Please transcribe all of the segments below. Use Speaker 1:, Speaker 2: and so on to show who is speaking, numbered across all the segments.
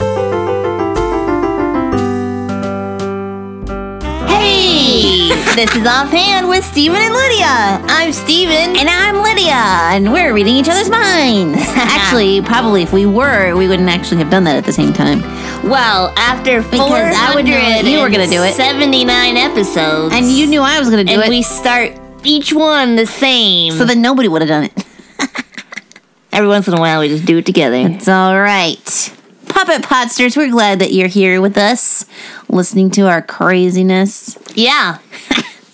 Speaker 1: This is Offhand with Steven and Lydia. I'm Steven.
Speaker 2: And I'm Lydia, and we're reading each other's minds.
Speaker 1: actually, probably if we were, we wouldn't actually have done that at the same time.
Speaker 2: well, after
Speaker 1: Because I would know that you were gonna do it.
Speaker 2: 79 episodes.
Speaker 1: And you knew I was going to do
Speaker 2: and
Speaker 1: it,
Speaker 2: we start each one the same.
Speaker 1: so then nobody would have done it.
Speaker 2: every once in a while we just do it together.
Speaker 1: It's all right. Puppet Podsters, we're glad that you're here with us, listening to our craziness.
Speaker 2: Yeah,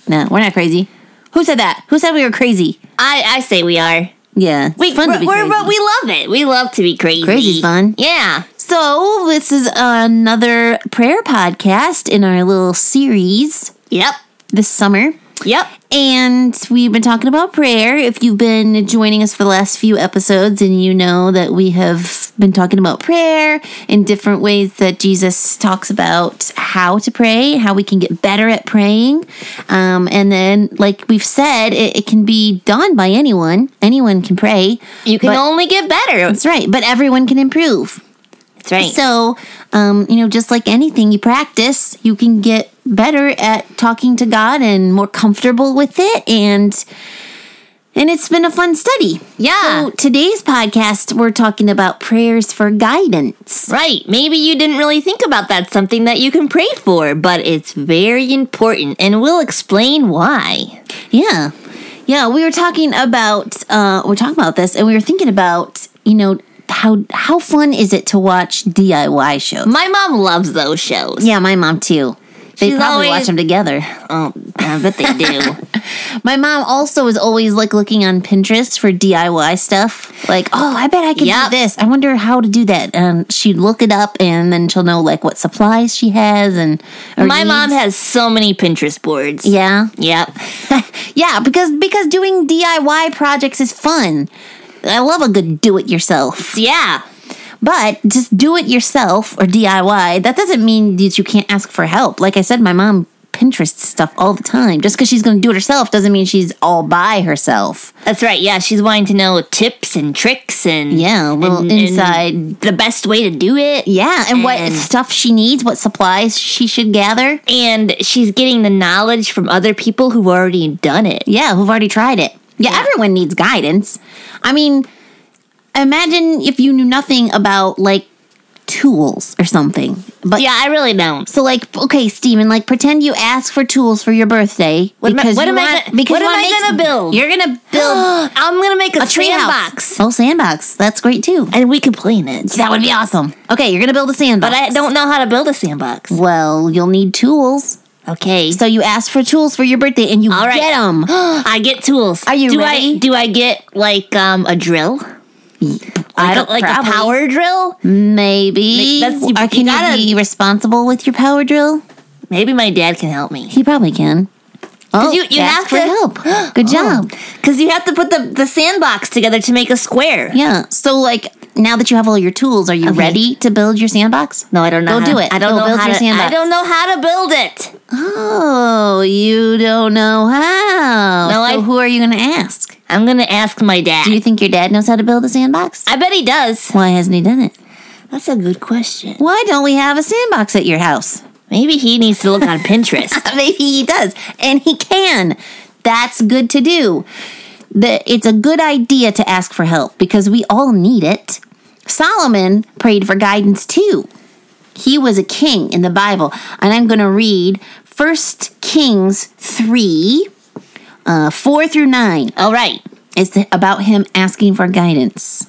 Speaker 1: No, we're not crazy. Who said that? Who said we were crazy?
Speaker 2: I, I say we are.
Speaker 1: Yeah, it's
Speaker 2: We,
Speaker 1: fun
Speaker 2: we're,
Speaker 1: to be
Speaker 2: we're-
Speaker 1: crazy.
Speaker 2: but we love it. We love to be crazy.
Speaker 1: Crazy's fun.
Speaker 2: Yeah.
Speaker 1: So, this is another prayer podcast in our little series
Speaker 2: Yep.
Speaker 1: this summer.
Speaker 2: Yep.
Speaker 1: And we've been talking about prayer. If you've been joining us for the last few episodes and you know that we have been talking about prayer in different ways that Jesus talks about how to pray, how we can get better at praying. Um, and then, like we've said, it, it can be done by anyone. Anyone can pray.
Speaker 2: You can
Speaker 1: But-
Speaker 2: only get better.
Speaker 1: That's right. But everyone can improve.
Speaker 2: That's right.
Speaker 1: So, um, you know, just like anything you practice, you can get better at talking to God and more comfortable with it and and it's been a fun study.
Speaker 2: yeah.
Speaker 1: So today's podcast we're talking about prayers for guidance.
Speaker 2: Right. Maybe you didn't really think about that something that you can pray for, but it's very important and we'll explain why.
Speaker 1: Yeah. Yeah, we were talking about uh we're talking about this and we were thinking about, you know, how how fun is it to watch DIY shows?
Speaker 2: My mom loves those shows.
Speaker 1: Yeah, my mom too. They
Speaker 2: She's
Speaker 1: probably watch
Speaker 2: always-
Speaker 1: them together.
Speaker 2: Oh, I bet they do.
Speaker 1: My mom also is always like looking on Pinterest for DIY stuff. Like, oh, I bet I can do
Speaker 2: Yep.
Speaker 1: this. I wonder how to do that. And she'd look it up, and then she'll know like what supplies she has and or
Speaker 2: My mom
Speaker 1: needs.
Speaker 2: has so many Pinterest boards.
Speaker 1: yeah,
Speaker 2: Yep.
Speaker 1: yeah, because because doing DIY projects is fun. I love a good do it yourself.
Speaker 2: Yeah.
Speaker 1: But just do it yourself or DIY, that doesn't mean that you can't ask for help. Like I said, my mom Pinterest stuff all the time. Just because she's going to do it herself doesn't mean she's all by herself.
Speaker 2: That's right. Yeah, she's wanting to know tips and tricks and
Speaker 1: Yeah, a little
Speaker 2: and- and
Speaker 1: inside.
Speaker 2: the best way to do it.
Speaker 1: Yeah, and, what
Speaker 2: And-
Speaker 1: stuff she needs, what supplies she should gather.
Speaker 2: And she's getting the knowledge from other people who've already done it.
Speaker 1: Yeah, who've already tried it. Yeah, everyone needs guidance. I mean, imagine if you knew nothing about like tools or something. But
Speaker 2: Yeah, I really don't.
Speaker 1: so like okay, Steven, like pretend you ask for tools for your birthday
Speaker 2: What am I-
Speaker 1: because
Speaker 2: what
Speaker 1: you
Speaker 2: am I
Speaker 1: want-
Speaker 2: gonna-
Speaker 1: because
Speaker 2: what
Speaker 1: you
Speaker 2: am
Speaker 1: wanna
Speaker 2: I
Speaker 1: make
Speaker 2: gonna
Speaker 1: some-
Speaker 2: build?
Speaker 1: You're going to build
Speaker 2: I'm gonna make a,
Speaker 1: a tree
Speaker 2: sandbox,
Speaker 1: Oh, sandbox. That's great too.
Speaker 2: and we can play in it.
Speaker 1: That would be awesome. Okay, you're going to build a sandbox.
Speaker 2: But I don't know how to build a sandbox.
Speaker 1: Well, you'll need tools.
Speaker 2: Okay.
Speaker 1: So you ask for tools for your birthday and you
Speaker 2: All right.
Speaker 1: get them.
Speaker 2: I get tools.
Speaker 1: Are you
Speaker 2: do
Speaker 1: ready?
Speaker 2: I, do I get like um a drill? Like,
Speaker 1: I
Speaker 2: a-
Speaker 1: don't
Speaker 2: like
Speaker 1: probably.
Speaker 2: a power drill.
Speaker 1: Maybe.
Speaker 2: Like, that's- you-
Speaker 1: or
Speaker 2: you
Speaker 1: can you,
Speaker 2: gotta-
Speaker 1: be responsible with your power drill?
Speaker 2: Maybe my dad can help me
Speaker 1: He probably can. Oh,
Speaker 2: you- you
Speaker 1: ask
Speaker 2: have
Speaker 1: for
Speaker 2: to-
Speaker 1: help. Good job.
Speaker 2: because you have to put the the sandbox together to make a square.
Speaker 1: Yeah. So, like, now that you have all your tools, are you
Speaker 2: Okay.
Speaker 1: ready to build your sandbox?
Speaker 2: No, I don't
Speaker 1: Go
Speaker 2: know. how-
Speaker 1: do it.
Speaker 2: I don't
Speaker 1: Go
Speaker 2: know
Speaker 1: build
Speaker 2: how
Speaker 1: your
Speaker 2: to,
Speaker 1: sandbox.
Speaker 2: I don't know how to build it.
Speaker 1: Oh, you don't know how.
Speaker 2: No,
Speaker 1: so
Speaker 2: I-
Speaker 1: who are you going to ask?
Speaker 2: I'm gonna ask my dad.
Speaker 1: Do you think your dad knows how to build a sandbox?
Speaker 2: I bet he does.
Speaker 1: Why hasn't he done it?
Speaker 2: That's a good question.
Speaker 1: Why don't we have a sandbox at your house?
Speaker 2: Maybe he needs to look on Pinterest.
Speaker 1: Maybe he does, and he can. That's good to do. The, it's a good idea to ask for help because we all need it. Solomon prayed for guidance too. He was a king in the Bible, and I'm going to read 1 Kings 3 uh, 4 through 9.
Speaker 2: All right.
Speaker 1: It's about him asking for guidance.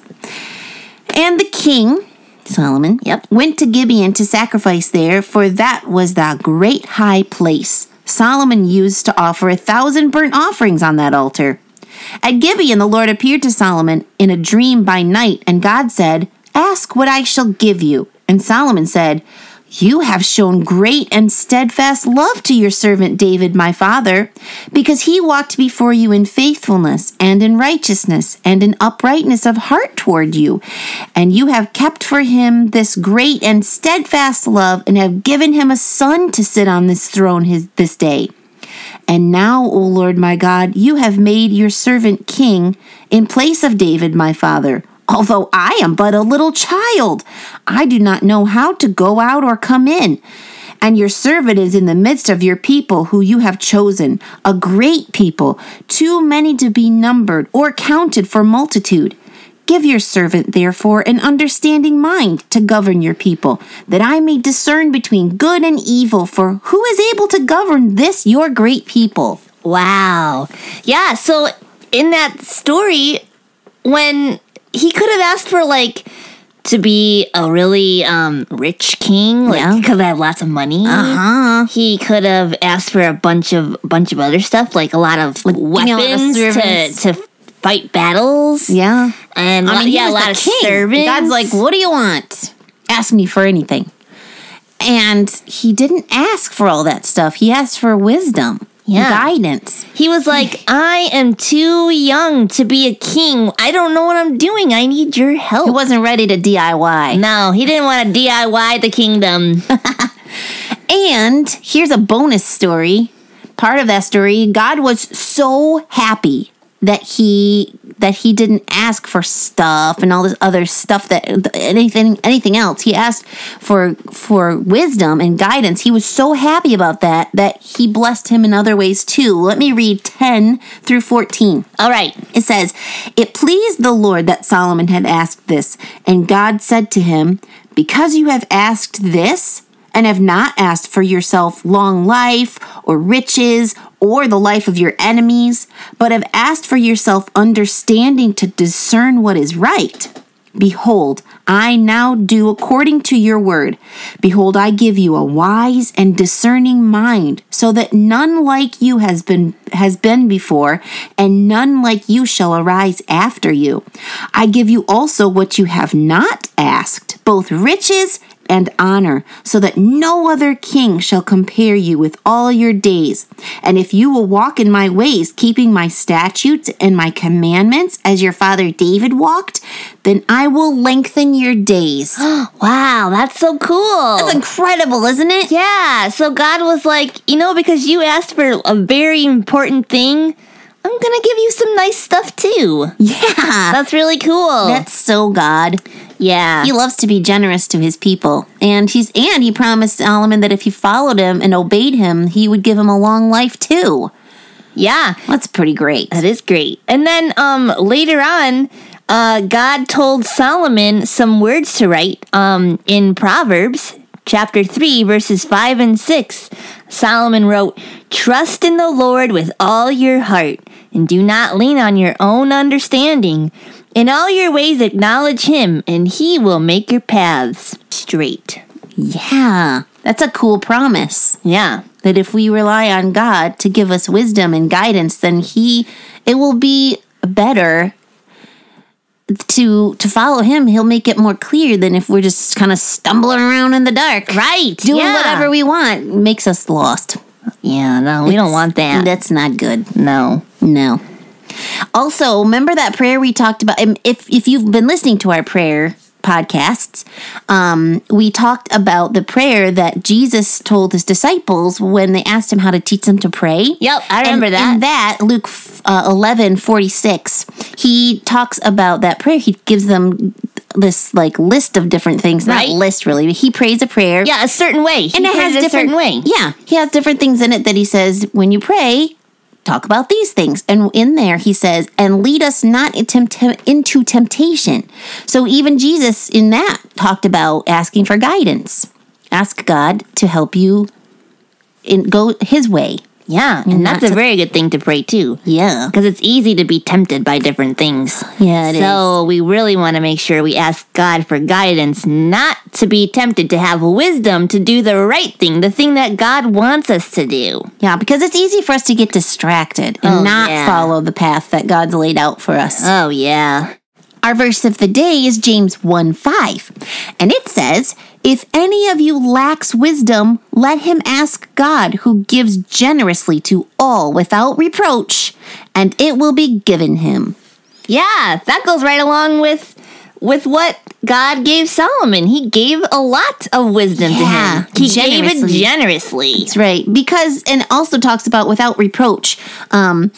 Speaker 1: And the king, Solomon,
Speaker 2: Yep.
Speaker 1: went to Gibeon to sacrifice there, for that was the great high place. Solomon used to offer a thousand burnt offerings on that altar. At Gibeon, the Lord appeared to Solomon in a dream by night, and God said, Ask what I shall give you. And Solomon said, You have shown great and steadfast love to your servant David, my father, because he walked before you in faithfulness and in righteousness and in uprightness of heart toward you. And you have kept for him this great and steadfast love, and have given him a son to sit on this throne his, this day. And now, O Lord my God, you have made your servant king in place of David my father. Although I am but a little child, I do not know how to go out or come in. and your servant is in the midst of your people who you have chosen, a great people, too many to be numbered or counted for multitude. Give your servant, therefore, an understanding mind to govern your people, that I may discern between good and evil, for who is able to govern this your great people?
Speaker 2: Wow. Yeah, so in that story, when he could have asked for like to be a really um, rich king, like
Speaker 1: Yeah.
Speaker 2: he could have had lots of money.
Speaker 1: Uh-huh.
Speaker 2: He could have asked for a bunch of bunch of other stuff, like a lot of
Speaker 1: you know,
Speaker 2: weapons to,
Speaker 1: servants.
Speaker 2: to fight battles.
Speaker 1: Yeah.
Speaker 2: and
Speaker 1: I
Speaker 2: lo-
Speaker 1: mean, he
Speaker 2: yeah, a
Speaker 1: was
Speaker 2: lot
Speaker 1: the
Speaker 2: of
Speaker 1: king.
Speaker 2: servants.
Speaker 1: God's like, what do you want? Ask me for anything. And he didn't ask for all that stuff. He asked for wisdom,
Speaker 2: Yeah.
Speaker 1: guidance.
Speaker 2: He was like, I am too young to be a king. I don't know what I'm doing. I need your
Speaker 1: He
Speaker 2: help.
Speaker 1: wasn't ready to DIY.
Speaker 2: no, he didn't want to DIY the kingdom.
Speaker 1: And here's a bonus story. Part of that story, God was so happy that he that he didn't ask for stuff and all this other stuff that anything anything else. He asked for for wisdom and guidance. He was so happy about that that he blessed him in other ways too. Let me read 10 through 14.
Speaker 2: All right.
Speaker 1: It says, It pleased the Lord that Solomon had asked this, and God said to him, Because you have asked this, and have not asked for yourself long life, or riches, or the life of your enemies, but have asked for yourself understanding to discern what is right. Behold, I now do according to your word. Behold, I give you a wise and discerning mind, so that none like you has been has been before, and none like you shall arise after you. I give you also what you have not asked, both riches and honor, so that no other king shall compare you with all your days. And if you will walk in my ways, keeping my statutes and my commandments, as your father David walked, then I will lengthen your days.
Speaker 2: Wow, that's so cool.
Speaker 1: That's incredible, isn't it?
Speaker 2: yeah, so God was like, you know, because you asked for a very important thing, I'm going to give you some nice stuff too.
Speaker 1: Yeah.
Speaker 2: That's really cool.
Speaker 1: That's so God.
Speaker 2: yeah.
Speaker 1: He loves to be generous to his people. And he's and he promised Solomon that if he followed him and obeyed him, he would give him a long life too.
Speaker 2: yeah.
Speaker 1: That's pretty great.
Speaker 2: That is great. And then um, later on, uh, God told Solomon some words to write um, in Proverbs chapter 3, verses 5 and 6. Solomon wrote, Trust in the Lord with all your heart, and do not lean on your own understanding. In all your ways, acknowledge him, and he will make your paths straight.
Speaker 1: Yeah. That's a cool promise.
Speaker 2: Yeah.
Speaker 1: that if we rely on God to give us wisdom and guidance, then he it will be better to to follow him. He'll make it more clear than if we're just kind of stumbling around in the dark.
Speaker 2: Right.
Speaker 1: Doing
Speaker 2: yeah.
Speaker 1: whatever we want makes us lost.
Speaker 2: Yeah, no, we don't want that.
Speaker 1: That's not good.
Speaker 2: no.
Speaker 1: No. Also, remember that prayer we talked about? Um, If if you've been listening to our prayer podcasts, um, we talked about the prayer that Jesus told his disciples when they asked him how to teach them to pray.
Speaker 2: Yep, I remember
Speaker 1: and,
Speaker 2: that.
Speaker 1: In that Luke uh, eleven forty six, he talks about that prayer. He gives them this like list of different things,
Speaker 2: Right.
Speaker 1: not list really, but he prays a prayer
Speaker 2: Yeah, a certain way.
Speaker 1: and
Speaker 2: He
Speaker 1: it
Speaker 2: put
Speaker 1: has
Speaker 2: a
Speaker 1: different
Speaker 2: certain way.
Speaker 1: Yeah, he has different things in it that he says when you pray, talk about these things. And in there he says, "And lead us not in tempt- into temptation." So even Jesus in that talked about asking for guidance. Ask God to help you in go his way.
Speaker 2: Yeah, and
Speaker 1: not
Speaker 2: that's a
Speaker 1: to-
Speaker 2: very good thing to pray too.
Speaker 1: Yeah.
Speaker 2: Because it's easy to be tempted by different things.
Speaker 1: Yeah, it is.
Speaker 2: so we really want to make sure we ask God for guidance, not to be tempted to have wisdom to do the right thing, the thing that God wants us to do.
Speaker 1: Yeah, because it's easy for us to get distracted and
Speaker 2: Oh,
Speaker 1: not
Speaker 2: yeah.
Speaker 1: follow the path that God's laid out for us.
Speaker 2: Oh, yeah.
Speaker 1: Our verse of the day is James 1 5. And it says, If any of you lacks wisdom, let him ask God, who gives generously to all without reproach, and it will be given him.
Speaker 2: Yeah, that goes right along with with what God gave Solomon. He gave a lot of wisdom
Speaker 1: Yeah,
Speaker 2: to him. He gave
Speaker 1: generously.
Speaker 2: it generously.
Speaker 1: That's right. Because, and also talks about without reproach. Um,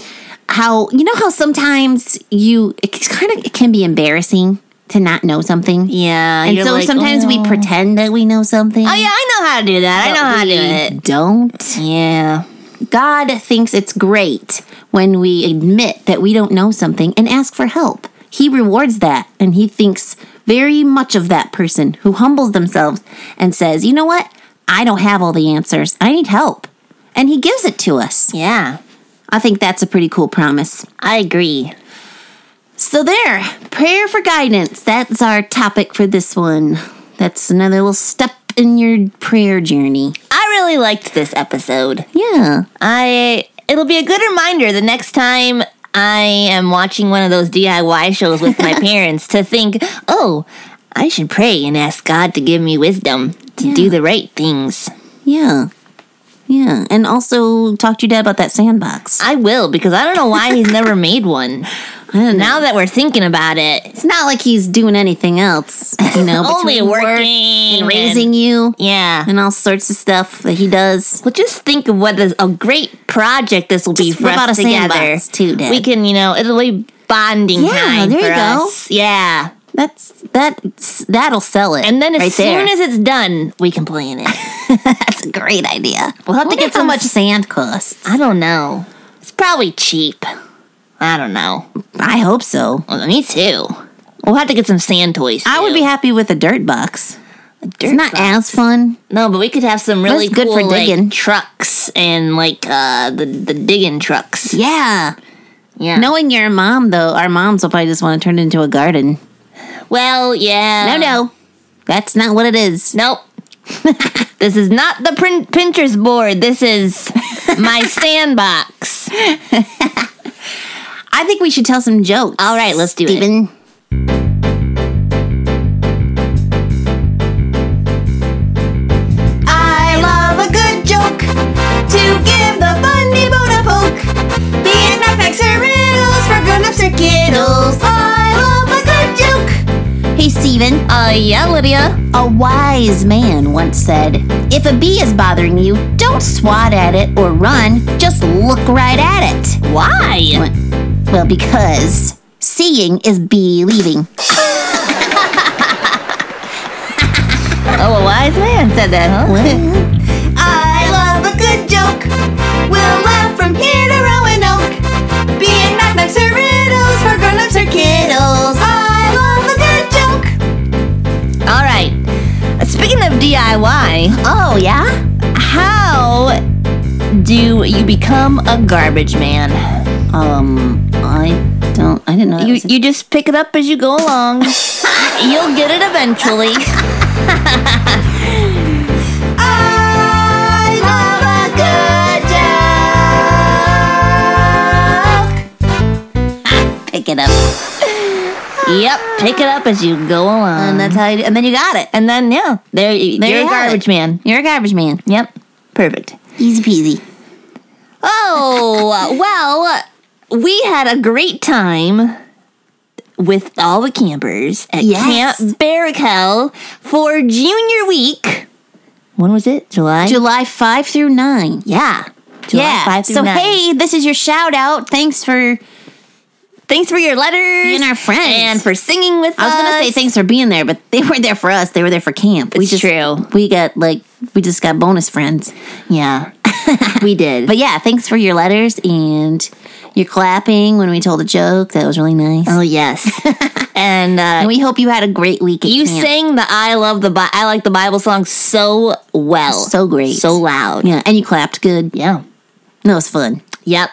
Speaker 1: how, you know, how sometimes you, it kind of it can be embarrassing to not know something.
Speaker 2: Yeah.
Speaker 1: And
Speaker 2: you're
Speaker 1: so
Speaker 2: like,
Speaker 1: sometimes
Speaker 2: oh,
Speaker 1: we pretend that we know something.
Speaker 2: Oh yeah, I know how to do that. I know how to do it.
Speaker 1: Don't.
Speaker 2: Yeah.
Speaker 1: God thinks it's great when we admit that we don't know something and ask for help. He rewards that and he thinks very much of that person who humbles themselves and says, "You know what? I don't have all the answers. I need help." And he gives it to us.
Speaker 2: Yeah.
Speaker 1: I think that's a pretty cool promise.
Speaker 2: I agree.
Speaker 1: So there, prayer for guidance. That's our topic for this one. That's another little step in your prayer journey.
Speaker 2: I really liked this episode.
Speaker 1: Yeah.
Speaker 2: I it'll be a good reminder the next time I am watching one of those DIY shows with my parents to think, "Oh, I should pray and ask God to give me wisdom to do the right things."
Speaker 1: Yeah. Yeah. And also talk to your dad about that sandbox.
Speaker 2: I will because I don't know why he's never made one.
Speaker 1: I don't know.
Speaker 2: Now that we're thinking about it,
Speaker 1: It's not like he's doing anything else, you know,
Speaker 2: only
Speaker 1: between work
Speaker 2: working
Speaker 1: and raising you
Speaker 2: yeah.
Speaker 1: and all sorts of stuff that he does.
Speaker 2: Well, just think of what this, a great project this will be
Speaker 1: Just
Speaker 2: for
Speaker 1: whip out
Speaker 2: us
Speaker 1: a
Speaker 2: together.
Speaker 1: sandbox, too, Dad.
Speaker 2: We can, you know, it'll be bonding
Speaker 1: Yeah,
Speaker 2: time
Speaker 1: there
Speaker 2: for
Speaker 1: you go.
Speaker 2: us. Yeah,
Speaker 1: That's that's that'll sell it.
Speaker 2: and then as
Speaker 1: right
Speaker 2: soon
Speaker 1: there.
Speaker 2: as it's done, we can play in it.
Speaker 1: that's a great idea. We'll
Speaker 2: have to get
Speaker 1: how
Speaker 2: some-
Speaker 1: much sand costs.
Speaker 2: I don't know. It's probably cheap. I don't know.
Speaker 1: I hope so.
Speaker 2: Well, me too. We'll have to get some sand toys.
Speaker 1: I would
Speaker 2: too.
Speaker 1: be happy with a dirt box.
Speaker 2: Dirt
Speaker 1: it's not
Speaker 2: box.
Speaker 1: as fun.
Speaker 2: no, but we could have some really
Speaker 1: That's good
Speaker 2: cool
Speaker 1: for
Speaker 2: like,
Speaker 1: digging.
Speaker 2: trucks and like uh the the digging trucks.
Speaker 1: Yeah.
Speaker 2: Yeah.
Speaker 1: Knowing your mom though, our moms will probably just want to turn it into a garden.
Speaker 2: Well,
Speaker 1: No,
Speaker 2: yeah.
Speaker 1: no. That's not what it is.
Speaker 2: Nope. this is not the prin- Pinterest board. This is my sandbox.
Speaker 1: I think we should tell some jokes.
Speaker 2: All right, let's do it.
Speaker 1: Steven.
Speaker 2: I love a good joke to give the funny bone a poke. Being effects or riddles for grown-ups or kiddles. I love a good joke.
Speaker 1: Hey, Steven.
Speaker 2: Uh, yeah, Lydia.
Speaker 1: A wise man once said, If a bee is bothering you, don't swat at it or run, just look right at it.
Speaker 2: Why?
Speaker 1: Well, because seeing is believing.
Speaker 2: Oh, a wise man said that, huh?
Speaker 1: Well,
Speaker 2: I love a good joke. We'll laugh from here to Roanoke. Being knockbacks or riddles for grown-ups or kiddles. I love a good joke. All right. Speaking of DIY,
Speaker 1: oh, yeah?
Speaker 2: how do you become a garbage man?
Speaker 1: Um, I don't, I didn't know that
Speaker 2: You
Speaker 1: was a-
Speaker 2: you just pick it up as you go along. You'll get it eventually. I love a good joke.
Speaker 1: pick it up.
Speaker 2: Yep, pick it up as you go along.
Speaker 1: And that's how you do, and then you got it.
Speaker 2: And then yeah, there, you-
Speaker 1: There
Speaker 2: you're
Speaker 1: you
Speaker 2: a
Speaker 1: have
Speaker 2: garbage
Speaker 1: it.
Speaker 2: man.
Speaker 1: You're a garbage man.
Speaker 2: Yep, perfect.
Speaker 1: Easy peasy.
Speaker 2: Oh well, we had a great time with all the campers at
Speaker 1: Yes.
Speaker 2: Camp Barrackell for Junior Week. When was it? July.
Speaker 1: July 5 through 9.
Speaker 2: yeah. July
Speaker 1: yeah.
Speaker 2: 5 through
Speaker 1: so,
Speaker 2: 9.
Speaker 1: hey, this is your shout out. Thanks for
Speaker 2: thanks for your letters
Speaker 1: being our friends.
Speaker 2: and for singing with
Speaker 1: I
Speaker 2: us.
Speaker 1: was gonna say thanks for being there, but they weren't there for us. They were there for camp. we
Speaker 2: It's
Speaker 1: just
Speaker 2: true.
Speaker 1: we got like we just got bonus friends.
Speaker 2: Yeah, we did.
Speaker 1: But yeah, thanks for your letters and your clapping when we told a joke. That was really nice.
Speaker 2: oh yes, and uh,
Speaker 1: And we hope you had a great week. At
Speaker 2: You
Speaker 1: camp.
Speaker 2: sang the I love the Bi- I like the Bible song so well.
Speaker 1: So great.
Speaker 2: So loud.
Speaker 1: yeah, and you clapped good.
Speaker 2: Yeah.
Speaker 1: That was fun.
Speaker 2: Yep.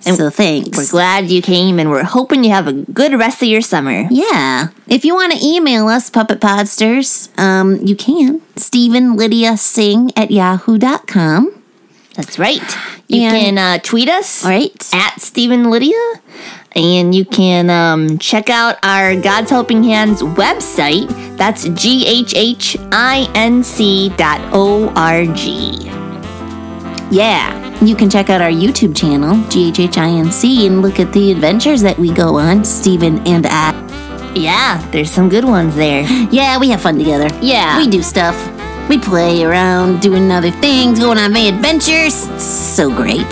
Speaker 1: so thanks.
Speaker 2: We're glad you came and we're hoping you have a good rest of your summer.
Speaker 1: Yeah. If you want to email us, Puppet Podsters, um, you can. Stephen Lydia Sing at yahoo.com.
Speaker 2: That's right. You
Speaker 1: And-
Speaker 2: can uh, tweet us
Speaker 1: All right.
Speaker 2: at Stephen Lydia and you can um, check out our God's Helping Hands website. That's G H H I N C dot O R G.
Speaker 1: Yeah. You can check out our YouTube channel, GHHINC, and look at the adventures that we go on, Steven and I.
Speaker 2: Yeah, there's some good ones there.
Speaker 1: Yeah, we have fun together.
Speaker 2: Yeah.
Speaker 1: We do stuff. We play around, doing other things, going on adventures. So great.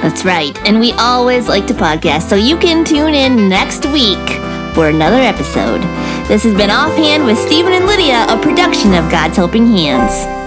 Speaker 2: That's right. And we always like to podcast, so you can tune in next week for another episode. This has been Offhand with Stephen and Lydia, a production of God's Helping Hands.